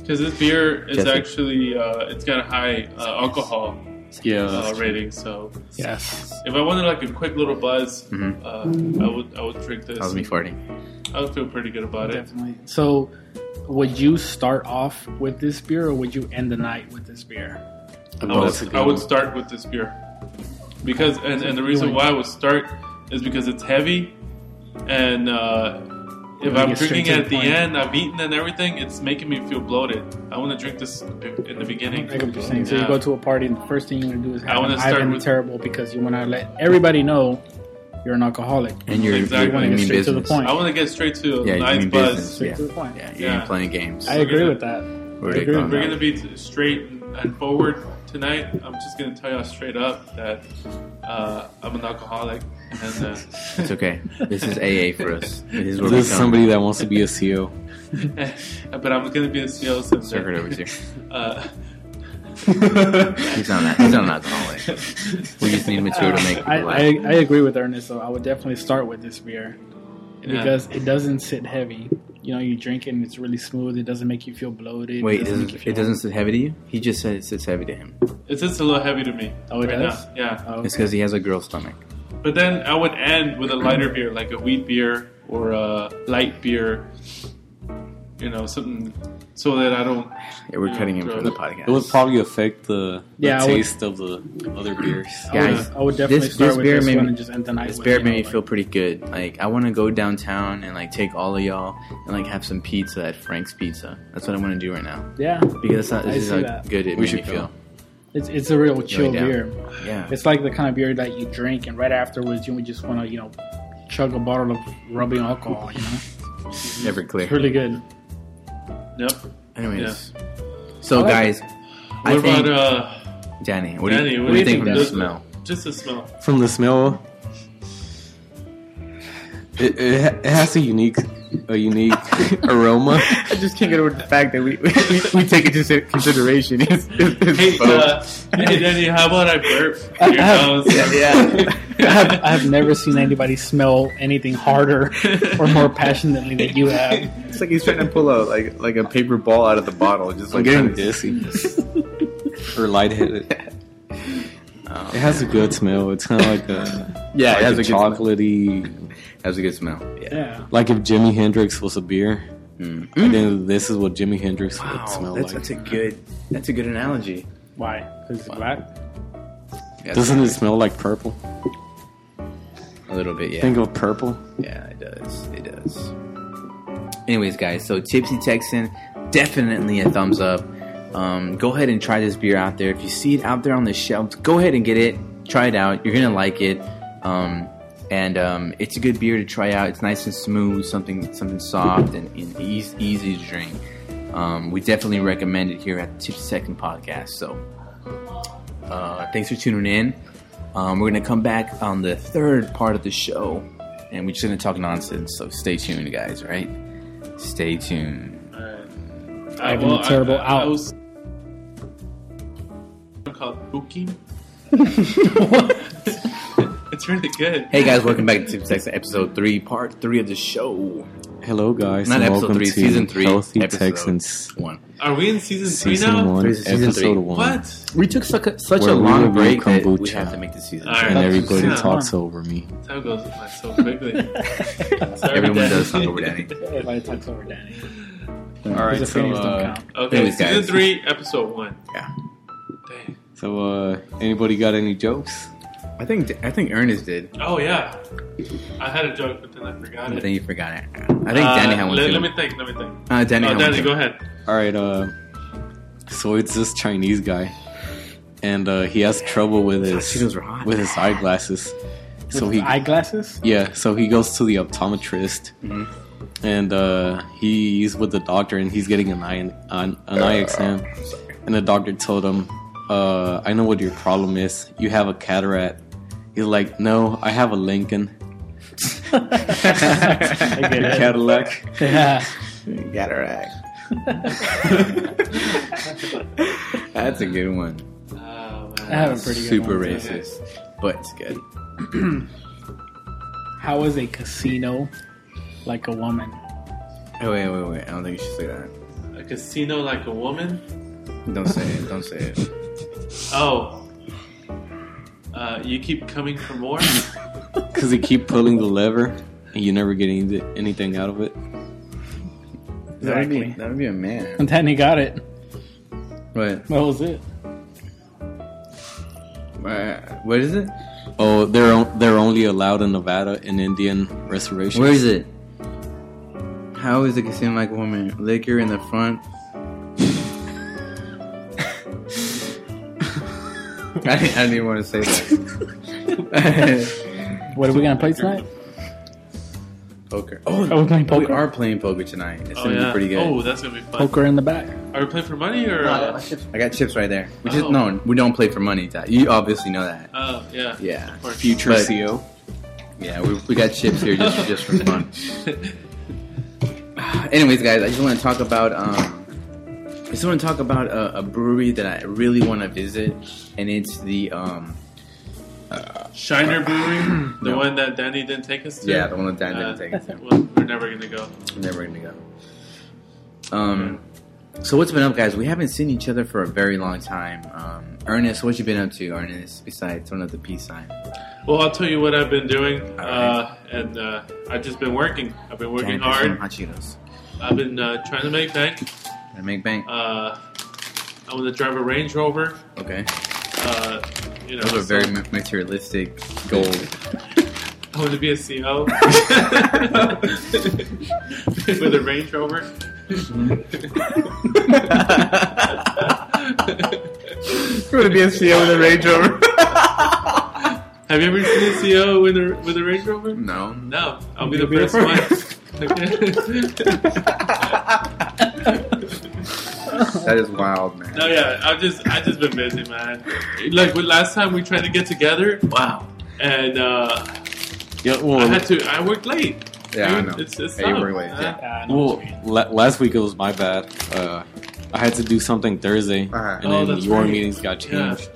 because this beer is Jesse. actually uh, it's got a high uh, alcohol uh, Yeah. Oh, rating, so Yes. If I wanted like a quick little buzz, Mhm. uh, I would I would drink this. That was me farting. I would feel pretty good about it. Definitely. So, would you start off with this beer, or would you end the night with this beer? I Oh, that's a would, good I would one. start with this beer because and, and the reason why I would start is because it's heavy, and uh, if Wanna I'm get straight drinking to the at the point. end, I've eaten and everything, it's making me feel bloated. I want to drink this in the beginning. I get what you're saying. So Yeah. you go to a party, and the first thing you want to do is have wanna an start Ivan with- terrible because you want to let everybody know you're an alcoholic. And you're exactly. Exactly. You wanna you get mean straight to business. the point. I want to get straight to a Yeah, you nice mean buzz. business. Straight Yeah. to the point. Yeah, you're Yeah. not playing games. I We're agree gonna- with that. We're I agree going with We're gonna be t- straight and forward tonight. I'm just gonna tell y'all straight up that uh, I'm an alcoholic, and uh, [LAUGHS] It's okay. This is AA for us. This is where we This is come. somebody that wants to be a E CO. [LAUGHS] but I'm gonna be a CEO since Circuit over here. Uh, [LAUGHS] He's not that. He's not an alcoholic. [LAUGHS] We just need material to make people I, I, laugh. I agree with Ernest, though. I would definitely start with this beer Yeah. because it doesn't sit heavy. You know, you drink it and it's really smooth. It doesn't make you feel bloated. Wait, it make you doesn't, feel- it doesn't sit heavy to you? He just said it sits heavy to him. It's just a little heavy to me. Oh, it right does? Now. Yeah, Oh, It's because he has a girl stomach. but then I would end with a lighter beer, like a wheat beer or a light beer. You know, something so that I don't. Yeah, we're Yeah, cutting him bro. from the podcast. It would probably affect the, the Yeah, I would- taste of the other beers. I would- guys, I would definitely this- start this with beer this made one me- and just end the night. This with, beer you made know, me like- feel pretty good. Like I want to go downtown and like take all of y'all and like have some pizza at Frank's Pizza. That's what I want to do right now Yeah, because that's not, I this is see how that. good it We made should me feel. it's it's a real chill down. beer. Yeah, It's like the kind of beer that you drink, and right afterwards, you would just want to, you know, chug a bottle of rubbing alcohol. You know, never it's clear. really good. Yep. Anyways, so I like guys, What I about think uh, Danny. What do Danny, you, what do you think from the does- smell? Just [LAUGHS] the smell. From the smell, it, it, ha- it has a unique, a unique [LAUGHS] aroma. I just can't get over the fact that we we, take it into consideration. [LAUGHS] It's, Hey, uh, [LAUGHS] hey, Danny, how about I burp? in [LAUGHS] Your nose? I [LAUGHS] have, I have never seen anybody smell anything [LAUGHS] harder or more passionately than you have. It's like he's trying to pull out like like a paper ball out of the bottle. Just I'm like getting kinda- dizzy or lightheaded. Oh, It has a good smell. It's kind of like a, yeah, like it has a, a good smell. chocolatey. has a good smell. Yeah, Like if Jimi Hendrix was a beer, Mm. I think this is what Jimi Hendrix would Wow, smell that's, like. that's a good that's a good analogy. why? Because it's black. Yeah, Doesn't it smell like purple? a little bit? Yeah, Think of purple. yeah, it does. It does. Anyways, guys, so Tipsy Texan, definitely a thumbs up. Um, go ahead and try this beer out there. If you see it out there on the shelves, go ahead and get it. Try it out. You're gonna like it. Um, and um, it's a good beer to try out. It's nice and smooth, something something soft and, and easy, easy to drink. Um, we definitely recommend it here at the Tipsy Texan podcast. So uh, thanks for tuning in. Um, we're going to come back on the third part of the show, and we're just going to talk nonsense. So stay tuned, guys, right? Stay tuned. All right. Uh, Ivan the Terrible out. was- [LAUGHS] [LAUGHS] called Booking. It's really good. Hey guys, welcome back to Tip Sex, episode three, part three of the show. Hello, guys. Not and episode welcome three, to season three, Healthy episode Texans One. Are we in season, three season now? one, Season three. episode one. What? We took such a, such Where a we long will break that kombucha. we have to make this season. All right. And everybody Yeah. talks over me. Time goes by [LAUGHS] so quickly. Sorry, Everyone Daddy. does hungover Danny. Everybody talks over Danny. All right, His so opinions don't uh, count. Okay, Anyways, season guys. three, episode one. Yeah. Dang. so uh, anybody got any jokes? I think I think Ernest did. Oh yeah, I had a joke, but then I forgot I it. think you forgot it. I think Danny Uh, had one let, too. let me think. Let me think. uh, Danny oh, had Danny, one go too. ahead. All right. Uh, so it's this Chinese guy, and uh, he has trouble with his Cheetos were hot. with his eyeglasses. So With he [LAUGHS] eyeglasses. yeah. So he goes to the optometrist, Mhm. and uh, he's with the doctor, and he's getting an eye an, an eye exam. And the doctor told him, uh, "I know what your problem is. You have a cataract." He's like, "No, I have a Lincoln I get it. Cadillac." Yeah. Cataract. That's a good one. Oh, I man. have a pretty good Super one, too. racist, but it's good. How is a casino like a woman? Oh wait, wait, wait! I don't think you should say that. A casino like a woman. Don't say it. Don't say [LAUGHS] it. Oh. Uh, you keep coming for [LAUGHS] more? Because you keep pulling the lever and you never get any, anything out of it. That would be Exactly. that would be a man. And Danny got it. What? That was it. Uh, what is it? Oh, they're on- they're only allowed in Nevada and Indian reservations. Where is it? How is the casino like a woman? Liquor in the front. I didn't, I didn't even want to say [LAUGHS] that. What are we gonna play tonight? poker. Oh, Oh, we're playing we poker. are playing poker tonight. It's Oh gonna yeah. be pretty good. Oh, that's gonna be fun. Poker in the back. Are we playing for money or? Uh, I got chips right there. We just Oh. no, we don't play for money. Ty. You obviously know that. oh yeah. Yeah, Of course. [LAUGHS] Future But- CO. yeah. We, we got chips here just just for fun. [SIGHS] Anyways, guys, I just want to talk about. Um, I just want to talk about a, a brewery that I really want to visit, and it's the um, [LAUGHS] Shiner [CLEARS THROAT] Brewery, the No. one that Danny didn't take us to. yeah, the one that Dan didn't Uh, take us to. [LAUGHS] Well, we're never gonna go. I'm never gonna go. Um, so what's been up, guys? We haven't seen each other for a very long time. Um, Ernest, what you been up to, Ernest? Besides throwing up the peace sign, Well, I'll tell you what I've been doing, uh, Alright. and uh, I've just been working. I've been working Dan, put some hard. Hot Cheetos. I've been uh, trying to make bank. I make bank. Uh, I want to drive a Range Rover. Okay, Uh, you know, those are so [LAUGHS] very ma- materialistic goals. I want to be a [LAUGHS] CO [LAUGHS] with a Range Rover. Would be a CEO with a Range Rover? Have you ever seen a CO with a with a Range [LAUGHS] Rover? no. No, I'll be You'll the be the first one. That is wild, man. [LAUGHS] no, yeah, I've just I just been busy, man. Like with last time we tried to get together, Wow. and uh, Yeah, I well, had to. I worked late. Yeah, I Dude, know. It's, it's Hey, tough, we're late, man. yeah. Uh, no, well la- last week it was my bad. Uh, I had to do something Thursday, Uh-huh. and Oh, then that's your right. meetings got Yeah. changed.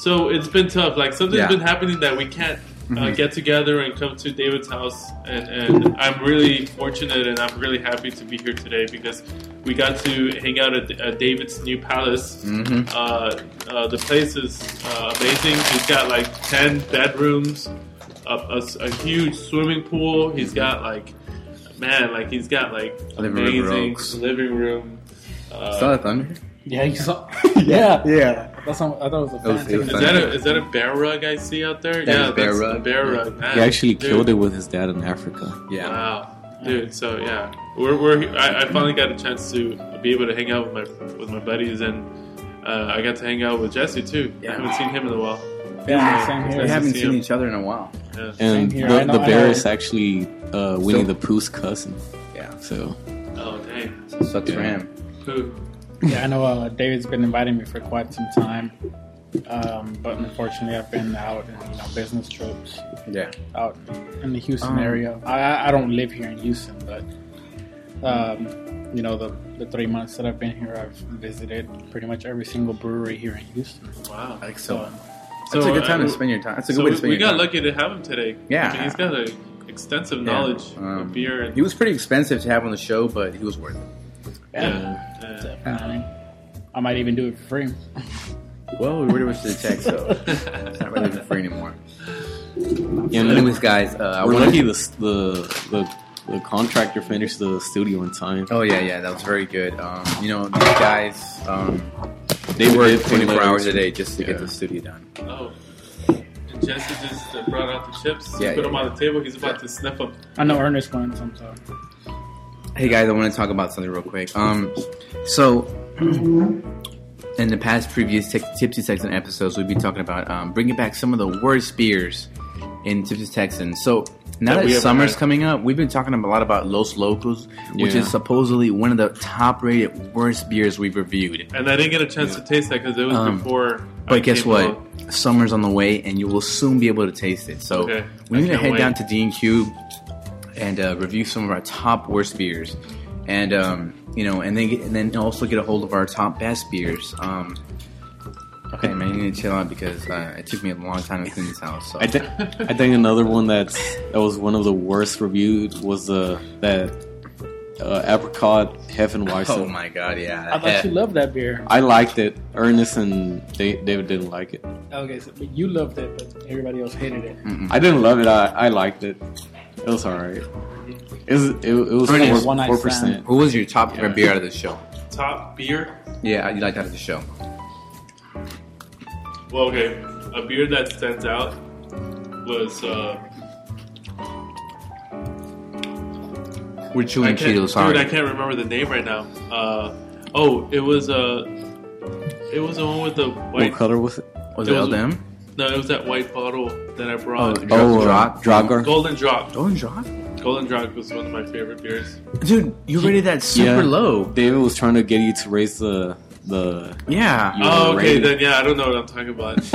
So it's been tough. Like something's Yeah. been happening that we can't uh, Mhm. get together and come to David's house. And, and I'm really fortunate and I'm really happy to be here today because we got to hang out at, at David's new palace. Mm-hmm. Uh, uh, the place is uh, amazing. He's got like ten bedrooms, a, a s- a huge swimming pool. He's got like, man, like he's got like Mm-hmm. Living room amazing rocks. living room. Saw Uh, the thunder? Yeah, you [LAUGHS] saw. yeah, Yeah. that's not, I thought it was a It was- fan. it was is fun. that a is that a bear rug I see out there? That yeah, is bear that's rug. a bear rug. Man, He actually dude. killed it with his dad in Africa. Yeah. Wow, dude. So yeah, we're, we're I, I finally got a chance to be able to hang out with my with my buddies, and uh, I got to hang out with Jesse too. Yeah. I haven't seen him in a while. Yeah, same We Nice to here. haven't see seen him. each other in a while. Yeah. And here. the, I know- the I bear know. is actually uh, Winnie So- the Pooh's cousin. Yeah. So Oh dang. So sucks for Yeah. him. Who? [LAUGHS] Yeah, I know. Uh, David's been inviting me for quite some time, um, but unfortunately, I've been out in you know, business trips Yeah. out in the Houston Um, area. I- I, I don't live here in Houston, but um, you know, the the three months that I've been here, I've visited pretty much every single brewery here in Houston. Wow. Like so. So That's So, a good time uh, to spend your time. That's a good so way to we- spend we your got time. lucky to have him today. Yeah. I mean, he's got a extensive Yeah. knowledge Um, of beer. And, He was pretty expensive to have on the show, but he was worth it. yeah, yeah. Definitely. I might even do it for free. Well, we were to the tech, so it's [LAUGHS] not really free anymore. And Anyways, guys, uh, I we're wanna- lucky the, the the the contractor finished the studio in time. Oh yeah, yeah, that was very good. Um, you know, these guys, um, They they work did 24 letters. hours a day just to get Yeah. the studio done. [LAUGHS] Oh. And Jesse just uh, brought out the chips. Yeah, he put yeah, them on the table. He's about to sniff them. [LAUGHS] I know Ernest wants some, so Hey guys, I want to talk about something real quick. Um, so in the past previous Tip- Tipsy Texan episodes, we've been talking about um, bringing back some of the worst beers in Tipsy Texan. So now That that, we haven't summer's had. coming up, we've been talking a lot about Los Locos, which Yeah. is supposedly one of the top-rated worst beers we've reviewed. And I didn't get a chance to taste that because it was Um, before. I But guess came what? along. Summer's on the way, and you will soon be able to taste it. So Okay. we I need to can't head wait. down to D and Q and uh, review some of our top worst beers, and um, you know, and then get, and then also get a hold of our top best beers. Um, okay, man, you need to chill out because uh, it took me a long time to clean this house. So I think I think another one that's that was one of the worst reviewed was the that uh, apricot Heffenweizen. oh my god, yeah, Eh, I thought you loved that beer. I liked it. Ernest and Da- David didn't like it. Okay, so but you loved it, but everybody else hated it. I didn't love it. I, I liked it. It was alright. It was it, was Ernest, one night four percent. Who was your top Yeah. beer out of the show? Top beer? Yeah, you liked out of the show. Well, okay. A beer that stands out was. Uh, We're I chewing can't, Cheetos. dude, Sorry. I can't remember the name right now. Uh, oh, it was. Uh, it was the one with the white. What color was it? was it it was- LDM? No, it was that white bottle that I brought. Oh, uh, Drog- Dragar. Golden Drop. Oh, and John? Golden Drop was one of my favorite beers. Dude, you rated that super Yeah. low. David was trying to get you to raise the the. Yeah. [LAUGHS] You Oh, okay, overrated. then yeah, I don't know what I'm talking about.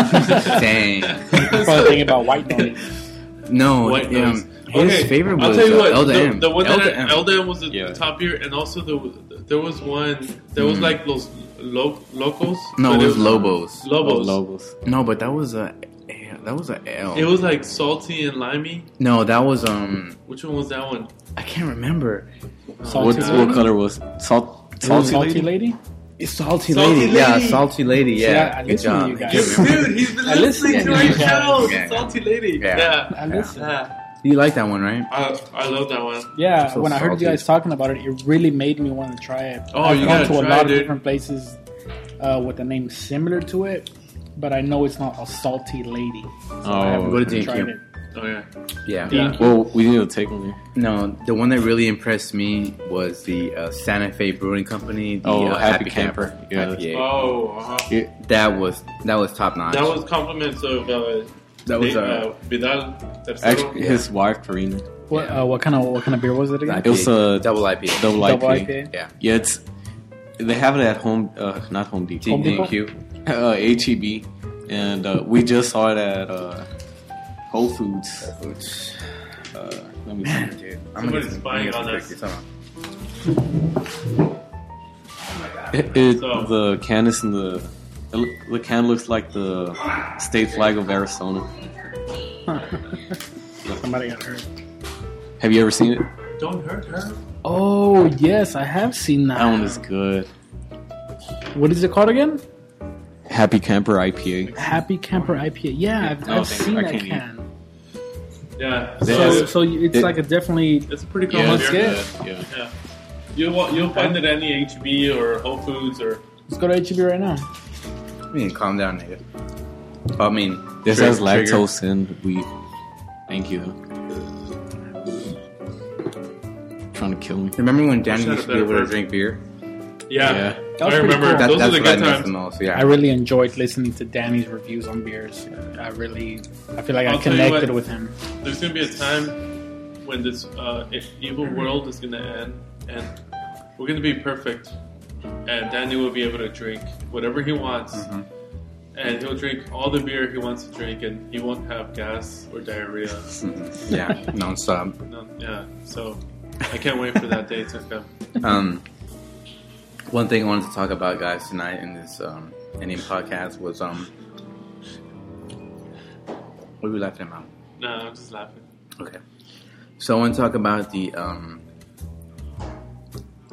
[LAUGHS] Dang. [LAUGHS] Probably thinking about white noise. No, White um, Nose. his favorite was uh, LDM. The, the one that LDM. I- LDM was the, Yeah. the top beer, and also the, there was one. There was like those lo- locals. Hmm. no, but it was Lobos. Oh, Lobos. Lobos. No, but that was a yeah, that was a L. It was like salty and limey. no, that was um Which one was that one? I can't remember. What, Salty lady? what color was it? salt? Salty, Salty lady? lady? It's salty, Salty lady. Yeah, Lady. salty lady. See, I- Yeah, I good listen to job. you guys. Good memory. [LAUGHS] Dude, he's been I listening listened to our to you show. guys. the Salty lady. Yeah. Yeah. I Yeah. listen. Yeah. you like that one, right? I, I love that one. Yeah, So when I heard salty. you guys talking about it, it really made me want to try it. Oh, I've you gone gotta to a try lot it, of dude. different places uh, with a name similar to it, but I know it's not a salty lady. So I Oh, haven't Go to okay. D&Q. tried it. Oh yeah. Yeah. Yeah. Well, we need to take them there. No, the one that really impressed me was the uh, Santa Fe Brewing Company. The, Oh, uh, Happy Camper. Yeah. IPA. Oh, uh-huh. That was that was top notch. that was compliments of uh, that was Da- uh, uh, Vidal Tercero. Actually, his wife Karina. What, uh, what kind of what kind of beer was it again? IPA. It was a double IPA. double IPA. Double IPA. Yeah. Yeah, it's they have it at home. Uh, not Home Depot. Home Depot? DQ. Uh, HEB, and uh, we just saw it at uh, Whole Foods. Uh, let me see. Dude, Somebody's spying on us. It, it- So- the can is in the the can looks like the state flag of Arizona. Somebody got hurt. Have you ever seen it? Don't hurt her. Oh yes, I have seen that. That one is good. What is it called again? Happy Camper IPA. Happy Camper IPA. Yeah, I've, No, I've thank seen you. I that can't eat. can. Yeah. They So, So, so you- it's It- like a definitely. it's a pretty common Yeah, it's beer. good. yeah, yeah. Yeah. You'll, wa- you'll find it at any HB or Whole Foods or. Let's go to HEB right now. I mean, calm down, nigga. I mean, This trigger- has trigger. lactose and wheat. Thank you. Trying to kill me. Remember when Danny Wish I had used a to be able better to drink beer? Yeah. That was I pretty remember. cool. That, Those that's are the what I good miss times. the most. I Yeah. really enjoyed listening to Danny's reviews on beers. I really, I feel like i I'll tell you connected what. with him. There's going to be a time when this uh, e- evil world is going to end, and we're going to be perfect. And Danny will be able to drink whatever he wants. And he'll drink all the beer he wants to drink, and he won't have gas [LAUGHS] or diarrhea. yeah, nonstop. No, yeah, so I can't wait for that day to come. Um, one thing I wanted to talk about, guys, tonight in this um, Indian podcast was um, What are we laughing about? No, I'm just laughing. Okay. So I want to talk about the. Um,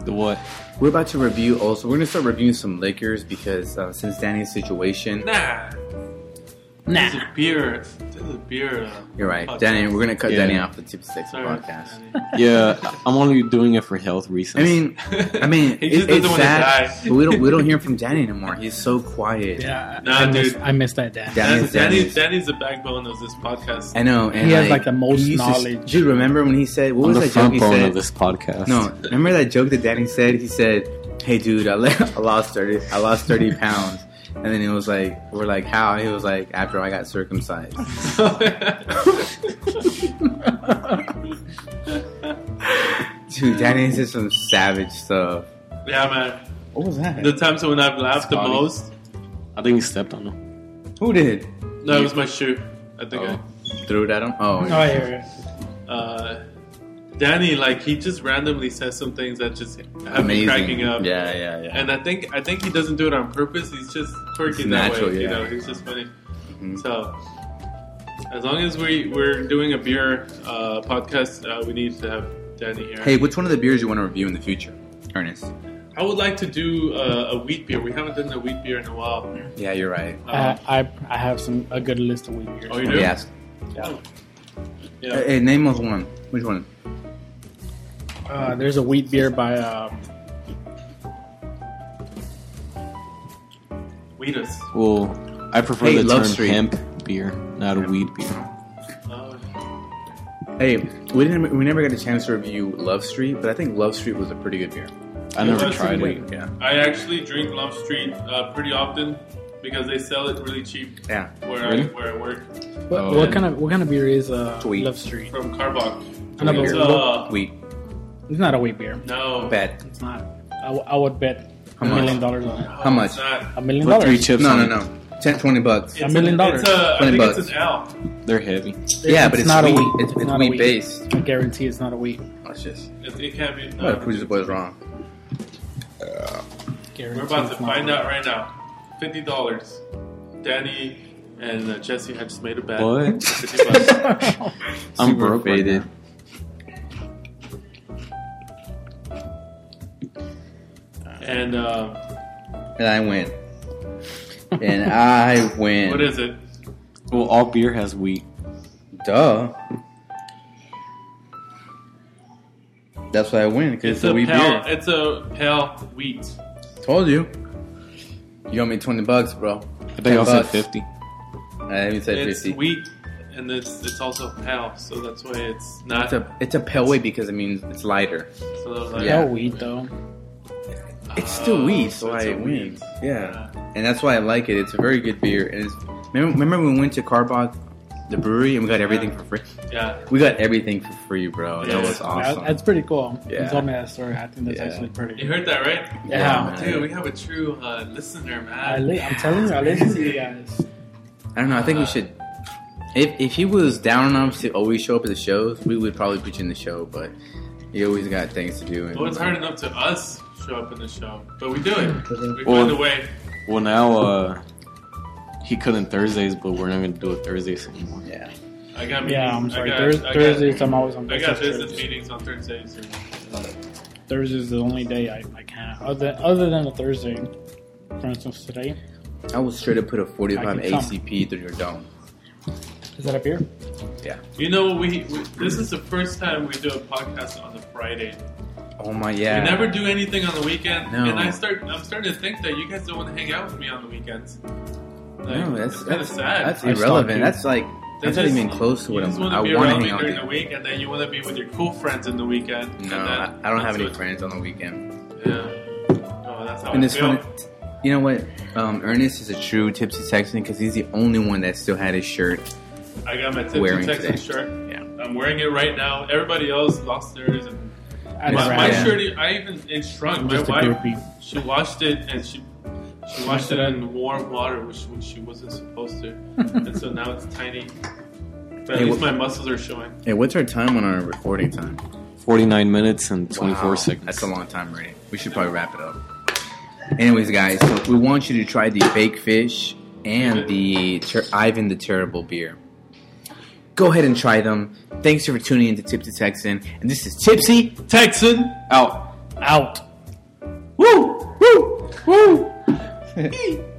The what? we're about to review also. We're going to start reviewing some liquors because uh, since Danny's situation. Nah. This is Nah. beer. This is beer. Uh, You're right. podcast. Danny, we're going to cut Yeah. Danny off the Tip Six Sorry, podcast. Danny. Yeah, I'm only doing it for health I reasons. mean, I mean, [LAUGHS] He just it- doesn't it's wanna sad, die. but we don't we don't [LAUGHS] hear from Danny anymore. He's so quiet. Yeah, Nah, I, miss, dude. I miss that dad. Yeah. Danny's- Danny's, Danny's, Danny's- the backbone of this podcast. I know. And He has, like like, the most he used to- knowledge. dude, remember when he said what I'm was the that joke front he bone said? of this podcast. No, remember that joke that Danny said? He said, "Hey, dude, I, le- I lost thirty. I lost [LAUGHS] thirty pounds." And then it was like, "We're like, how?" And he was like, "After I got circumcised." Dude, Danny said some savage stuff. [LAUGHS] yeah, man. What was that? The times when I've laughed the Scotty. most, I think you stepped on him. Who did? no, it was my shoe. I think I. Oh. Threw it at him. Oh, oh, I hear uh, Danny, like he just randomly says some things that just have me amazing. cracking up. Yeah, yeah, yeah. And I think I think he doesn't do it on purpose. He's just quirky It's that natural, way. You yeah. know, he's just funny. Mhm. So as long as we we're doing a beer uh, podcast, uh, we need to have Danny here. Hey, which one of the beers you want to review in the future, Ernest? I would like to do uh, a wheat beer. We haven't done a wheat beer in a while. Um, Yeah, you're right. it. Uh, I I have some a good list of wheat beers. Oh, you do? Yes. yeah. Hey, hey, name of one. Which one? Uh, there's a wheat beer by um, Wheatus. Well, I prefer Hey, the Love term Street. hemp beer, not a weed beer. Oh, Hey, we didn't. We never got a chance to review Love Street, but I think Love Street was a pretty good beer. Yeah, I never that's tried weird. it. Yeah. I actually drink Love Street uh, pretty often because they sell it really cheap Yeah. where I Really? where I work what, Oh, what yeah. kind of what kind of beer is uh, Wheat. Love Street? from Carbach. I know, but Wheat It's, beer. what- uh, Wheat. it's not a wheat beer. no, Bad. It's not. I, w- I would bet How a much? million dollars on it. No, How much? It's not. A million Put dollars. three chips No, on no, it. no. 10, 20 bucks. It's A million dollars. It's a, I 20 think bucks. it's an L. They're heavy. yeah, but it's not wheat. a wheat. It's, it's Not a wheat, wheat. based. Uh, I guarantee it's not a wheat. That's just. It, it can't be. I gotta prove this boy's wrong. Guarantee We're about to it's not [LAUGHS] find a out right now. Fifty dollars. Danny and uh, Jesse had just made a bet. What? Fifty bucks. wheat. I'm Super broke right faded. now. and uh, And I win. and I win. what is it? Well, all beer has wheat. Duh. That's why I win because it's It's a a wheat pale. beer. It's a pale wheat. Told you. You owe me twenty bucks, bro. I think I said bucks. 50. I haven't said It's fifty. wheat, and it's it's also pale, so that's why it's not. It's a it's a pale wheat because it means it's lighter. so like, Yeah. No wheat though. It's still Oh, wheat, so, it's I a win. wheat. Yeah, and that's why I like it. It's a very good beer. And it's remember, remember when we went to Carbach, the brewery, and we got everything for free. Yeah. We got everything for free, bro. That Yeah. was awesome. That- That's pretty cool. Yeah. You told me that story. I think that's Yeah. actually pretty. You heard that right? Yeah. man. Dude, we have a true uh, listener, man. I li- I'm telling you, uh, I listen to you guys. I don't know. I think Uh, we should. If if he was down enough to always show up at the shows, we would probably put you in the show. But he always got things to do. And Well, it's hard enough to us show up in the show, but we do it. We Well- find a way. Well, now uh, he couldn't Thursdays, but we're not going to do it Thursdays anymore. Yeah. I got meetings. Yeah, I'm sorry. I got, Thurs- I got, Thursdays, I'm always on I business got business trips. meetings on Thursdays. and- Thursday's the only day I, I can't. Other, other than a Thursday, for instance, today. I will straight up put a I 45 can come. ACP through your dome. Is that a beer? You know, we, we this is the first time we do a podcast on a Friday. Oh my yeah. We never do anything on the weekend, No. and I start I'm starting to think that you guys don't want to hang out with me on the weekends. Like, No, that's it's kind of that's, sad. that's I stopped irrelevant. you. That's like They that's not just- even close to you what I'm. just wanna I be want to around hang me out. during there. the week, and then you want to be with your cool friends in the weekend. and No, I, then I don't have that's any what- friends on the weekend. Yeah. Oh, that's how And I it's feel. funny. You know what? Um, Ernest is a true tipsy Texan because he's the only one that still had his shirt. I got my Tipsy Wearing Texan today. shirt. Yeah. I'm wearing it right now. Everybody else lost theirs. And my I That's never my right. had it. shirt, I even it shrunk. I'm My just a wife, groupie. she washed it and she she washed it in warm water, which, which she wasn't supposed to. and so now it's tiny. But at Hey, what- least my muscles are showing. Hey, what's our time on our recording time? 49 minutes and 24 Wow, seconds. That's a long time already. We should probably wrap it up. Anyways, guys, so we want you to try the baked fish and the ter- Ivan the Terrible beer. Go ahead and try them. Thanks for tuning in to Tipsy Texan. And this is Tipsy Texan. out. Out. Woo! Woo! Woo! [LAUGHS]